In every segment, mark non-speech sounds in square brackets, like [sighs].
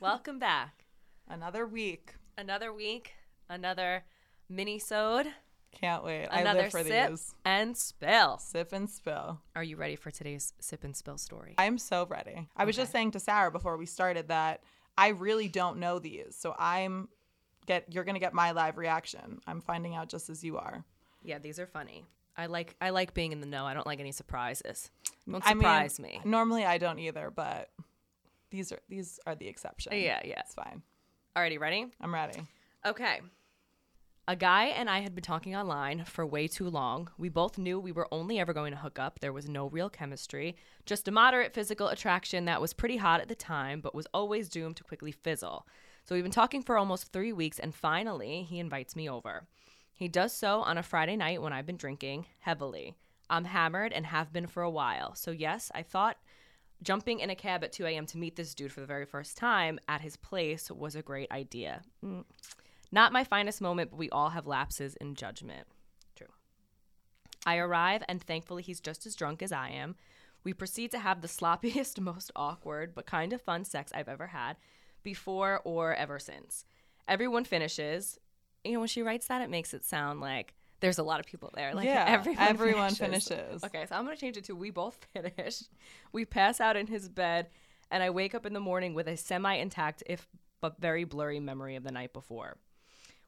Welcome back. Another week. Another week, another mini-sode, Can't wait. I another live for sip these. and spill. Sip and spill. Are you ready for today's sip and spill story? I'm so ready. I was just saying to Sarah before we started that I really don't know these. So I'm get you're gonna get my live reaction. I'm finding out just as you are. Yeah, these are funny. I like I like being in the know. I don't like any surprises. Don't I mean, surprise me. Normally I don't either, but these are these are the exception. Yeah, yeah. It's fine. Alrighty, ready? I'm ready. Okay. A guy and I had been talking online for way too long. We both knew we were only ever going to hook up. There was no real chemistry, just a moderate physical attraction that was pretty hot at the time, but was always doomed to quickly fizzle. So we've been talking for almost three weeks, and finally, he invites me over. He does so on a Friday night when I've been drinking heavily. I'm hammered and have been for a while. So, yes, I thought jumping in a cab at 2 a.m. to meet this dude for the very first time at his place was a great idea. Mm. Not my finest moment, but we all have lapses in judgment. True. I arrive, and thankfully, he's just as drunk as I am. We proceed to have the sloppiest, [laughs] most awkward, but kind of fun sex I've ever had before or ever since. Everyone finishes. You know, when she writes that, it makes it sound like there's a lot of people there. Like, yeah. everyone, everyone finishes. finishes. Okay, so I'm gonna change it to we both [laughs] finish. We pass out in his bed, and I wake up in the morning with a semi intact, if but very blurry memory of the night before.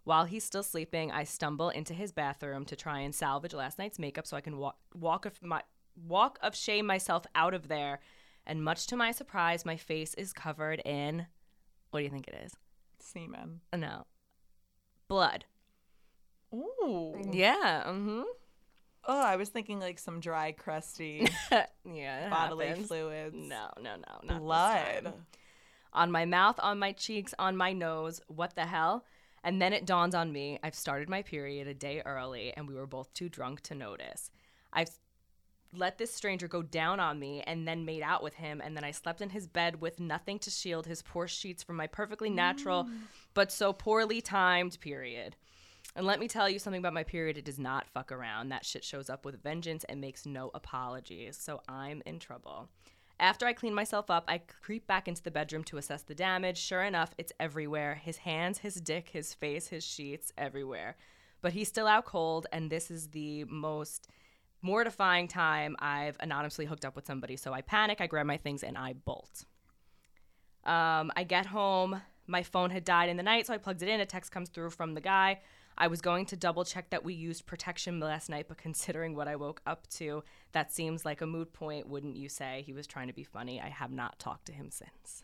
While he's still sleeping, I stumble into his bathroom to try and salvage last night's makeup so I can walk walk of my walk of shame myself out of there. And much to my surprise, my face is covered in what do you think it is? Semen. No. Blood. Ooh. Yeah. Mm-hmm. [laughs] Oh, I was thinking like some dry, crusty yeah. [laughs] it bodily happens. fluids. No, no, no, not This Blood. time. On my mouth, on my cheeks, on my nose. What the hell? And then it dawns on me. I've started my period a day early, and we were both too drunk to notice. I've let this stranger go down on me and then made out with him and then I slept in his bed with nothing to shield his poor sheets from my perfectly natural but so poorly timed period. And let me tell you something about my period it does not fuck around. That shit shows up with vengeance and makes no apologies. So I'm in trouble. After I clean myself up, I creep back into the bedroom to assess the damage. Sure enough, it's everywhere. His hands, his dick, his face, his sheets, everywhere. But he's still out cold and this is the most mortifying time I've anonymously hooked up with somebody. So I panic, I grab my things, and I bolt. Um, I get home. My phone had died in the night, so I plugged it in. A text comes through from the guy. I was going to double check that we used protection last night, but [laughs] considering what I woke up to, that seems like a moot point, wouldn't you say? He was trying to be funny. I have not talked to him since.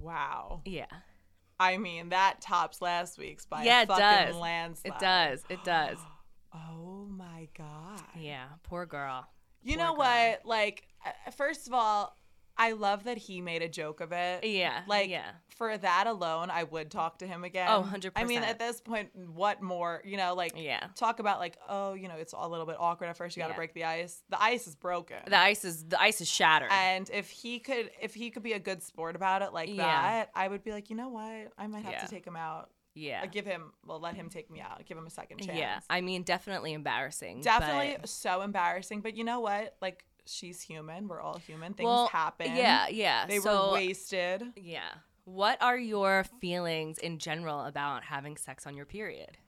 Wow. Yeah. I mean, that tops last week's by Yeah, a it fucking does. landslide. It does. It does. Oh my god. [sighs] Yeah. Poor girl. You Poor know girl. what? Like, uh, first of all, I love that he made a joke of it. Yeah. Like, yeah. for that alone, I would talk to him again. Oh, 100%. I mean, at this point, what more? You know, like, Yeah. talk about like, oh, you know, it's a little bit awkward at first. You got to Yeah. break the ice. The ice is broken. The ice is the ice is shattered. and if he could, if he could be a good sport about it like Yeah. that, I would be like, you know what? I might have Yeah. to take him out. yeah. Uh, give him well let him take me out give him a second chance Yeah, I mean, definitely embarrassing. but- definitely so embarrassing but you know what like she's human we're all human things Well, happen Yeah, yeah. they so, were wasted Yeah. What are your feelings in general about having sex on your period?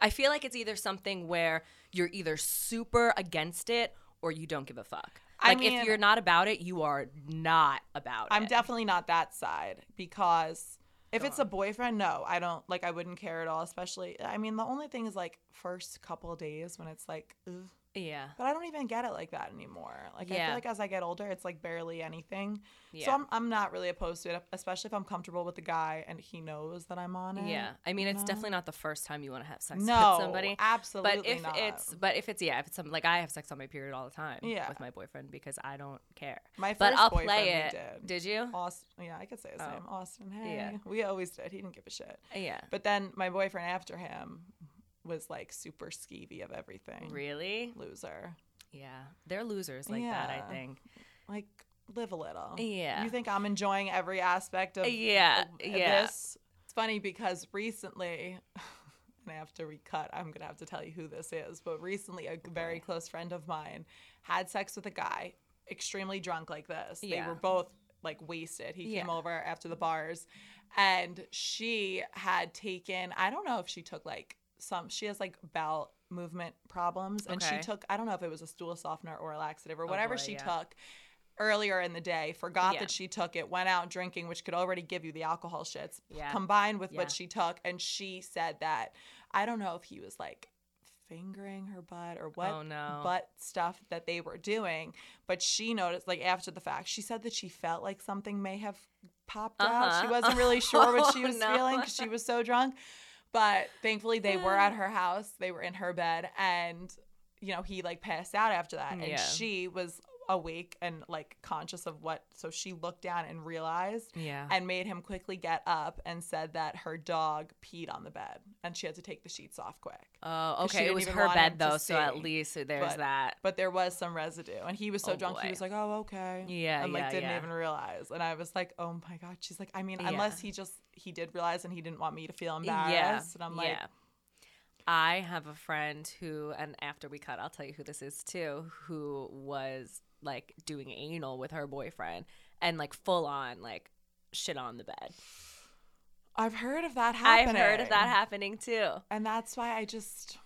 I feel like it's either something where you're either super against it or you don't give a fuck. I Like mean- if you're not about it, you are not about i'm it. definitely not that side because if Go it's a boyfriend no i don't like i wouldn't care at all especially i mean the only thing is like first couple days when it's like ugh. yeah. but i don't even get it like that anymore like i Yeah. feel like as i get older it's like barely anything Yeah. so I'm, I'm not really opposed to it especially if i'm comfortable with the guy and he knows that i'm on it yeah. I mean, you it's know? definitely not the first time you want to have sex no, with somebody. Absolutely But if not. it's but if it's yeah, if it's something like I have sex on my period all the time Yeah. with my boyfriend because I don't care. my But first I'll boyfriend, play we it. did. Did you? Austin, yeah, I could say his Oh. name, Austin. Hey, Yeah. we always did. He didn't give a shit. Yeah. But then my boyfriend after him was like super skeevy of everything. Really? Loser. Yeah, they're losers like that. Yeah. I think. Like live a little. Yeah. Oh, Uh, You think I'm enjoying every aspect of Yeah, of yeah. Oh, this? It's funny because recently. [laughs] And after we cut, I'm gonna have to tell you who this is. But recently, a very close friend of mine had sex with a guy, extremely drunk like this. They Yeah. were both like wasted. He Yeah. came over after the bars and she had taken, I don't know if she took like some, she has like bowel movement problems and Okay. Oh, she took, I don't know if it was a stool softener or a laxative or whatever boy, she yeah. took earlier in the day, forgot Yeah. that she took it, went out drinking, which could already give you the alcohol shits Yeah. combined with Yeah. what she took. And she said that, I don't know if he was like, fingering her butt or what oh no. butt stuff that they were doing. But she noticed, like after the fact, she said that she felt like something may have popped out. She Uh-huh. [laughs] wasn't really sure what she Oh, was no. feeling because she was so drunk. But thankfully, they were [sighs] at her house. They were in her bed, and you know he like passed out after that, and Yeah. she was awake and like conscious of what. So she looked down and realized. yeah. And made him quickly get up and said that her dog peed on the bed and she had to take the sheets off quick. Oh, 'Cause she okay. It didn't was even her want bed him to though, so at see. least there's But- that. but there was some residue and he was so Oh, drunk boy. he was like oh okay Yeah, and like yeah, didn't yeah. even realize and i was like oh my god she's like i mean unless he just he did realize and he didn't want me to feel embarrassed and i'm like I have a friend who, and after we cut, I'll tell you who this is too, who was like doing anal with her boyfriend and like full on like shit on the bed. i've heard of that happening I've heard of that happening too. and that's why i just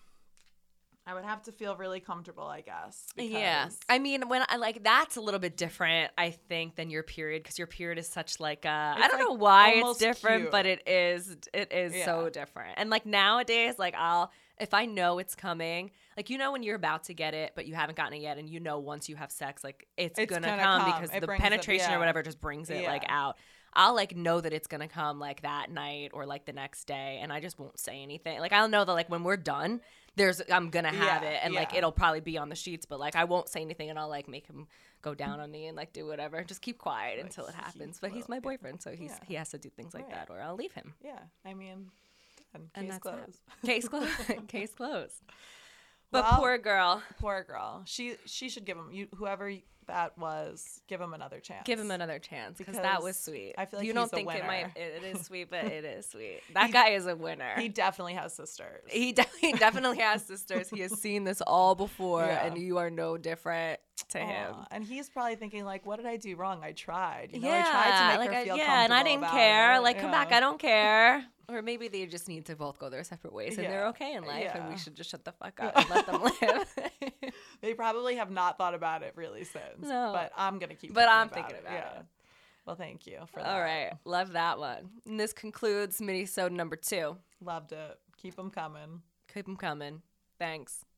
i would have to feel really comfortable i guess Yeah. because- I mean, when I like that's a little bit different, I think, than your period because your period is such like I I It's, don't know like, why it's almost different, cute. but it is it is so Yeah. different. And like nowadays, like I'll if I know it's coming, like you know when you're about to get it, but you haven't gotten it yet, and you know once you have sex, like it's, It's gonna, gonna come, come. because It the brings it- penetration or yeah. whatever just brings it like Yeah. out. I'll like know that it's gonna come like that night or like the next day, and I just won't say anything. Like I'll know that like when we're done, there's I'm gonna have Yeah, it, and like yeah. it'll probably be on the sheets, but like I won't say anything, and I'll like make him go down on me and like do whatever, just keep quiet Like, until it he happens. But he's will- my boyfriend, so he's yeah. he has to do things like Right. that, or I'll leave him. yeah i mean and And case that's that. closed. [laughs] Case closed. [laughs] Case closed. But Well- poor girl, Poor girl. She she should give him you whoever that was. Give him another chance. give him another chance because that was Because sweet. I feel like you he's don't a think it might. winner. It, it is sweet, [laughs] but it is sweet. That guy is a winner. He definitely has sisters. He, de- he definitely has sisters. He has seen this all before, [laughs] Yeah. and you are no different to him. Aw, And he's probably thinking like, "What did I do wrong? I tried. You know, yeah, I tried to make like her I- feel yeah, and I comfortable didn't about care. it." Like, come back, Yeah. I don't [laughs] care. Or maybe they just need to both go their separate ways, and they're Yeah, okay in life, and we yeah. should just shut the fuck up and [laughs] let them live. They probably have not thought about it really since. No. but I'm gonna keep. But thinking I'm about thinking about it. Well, thank you for that. All right, love that one. And this concludes mini number two. loved it. Keep them coming. Keep them coming. Thanks.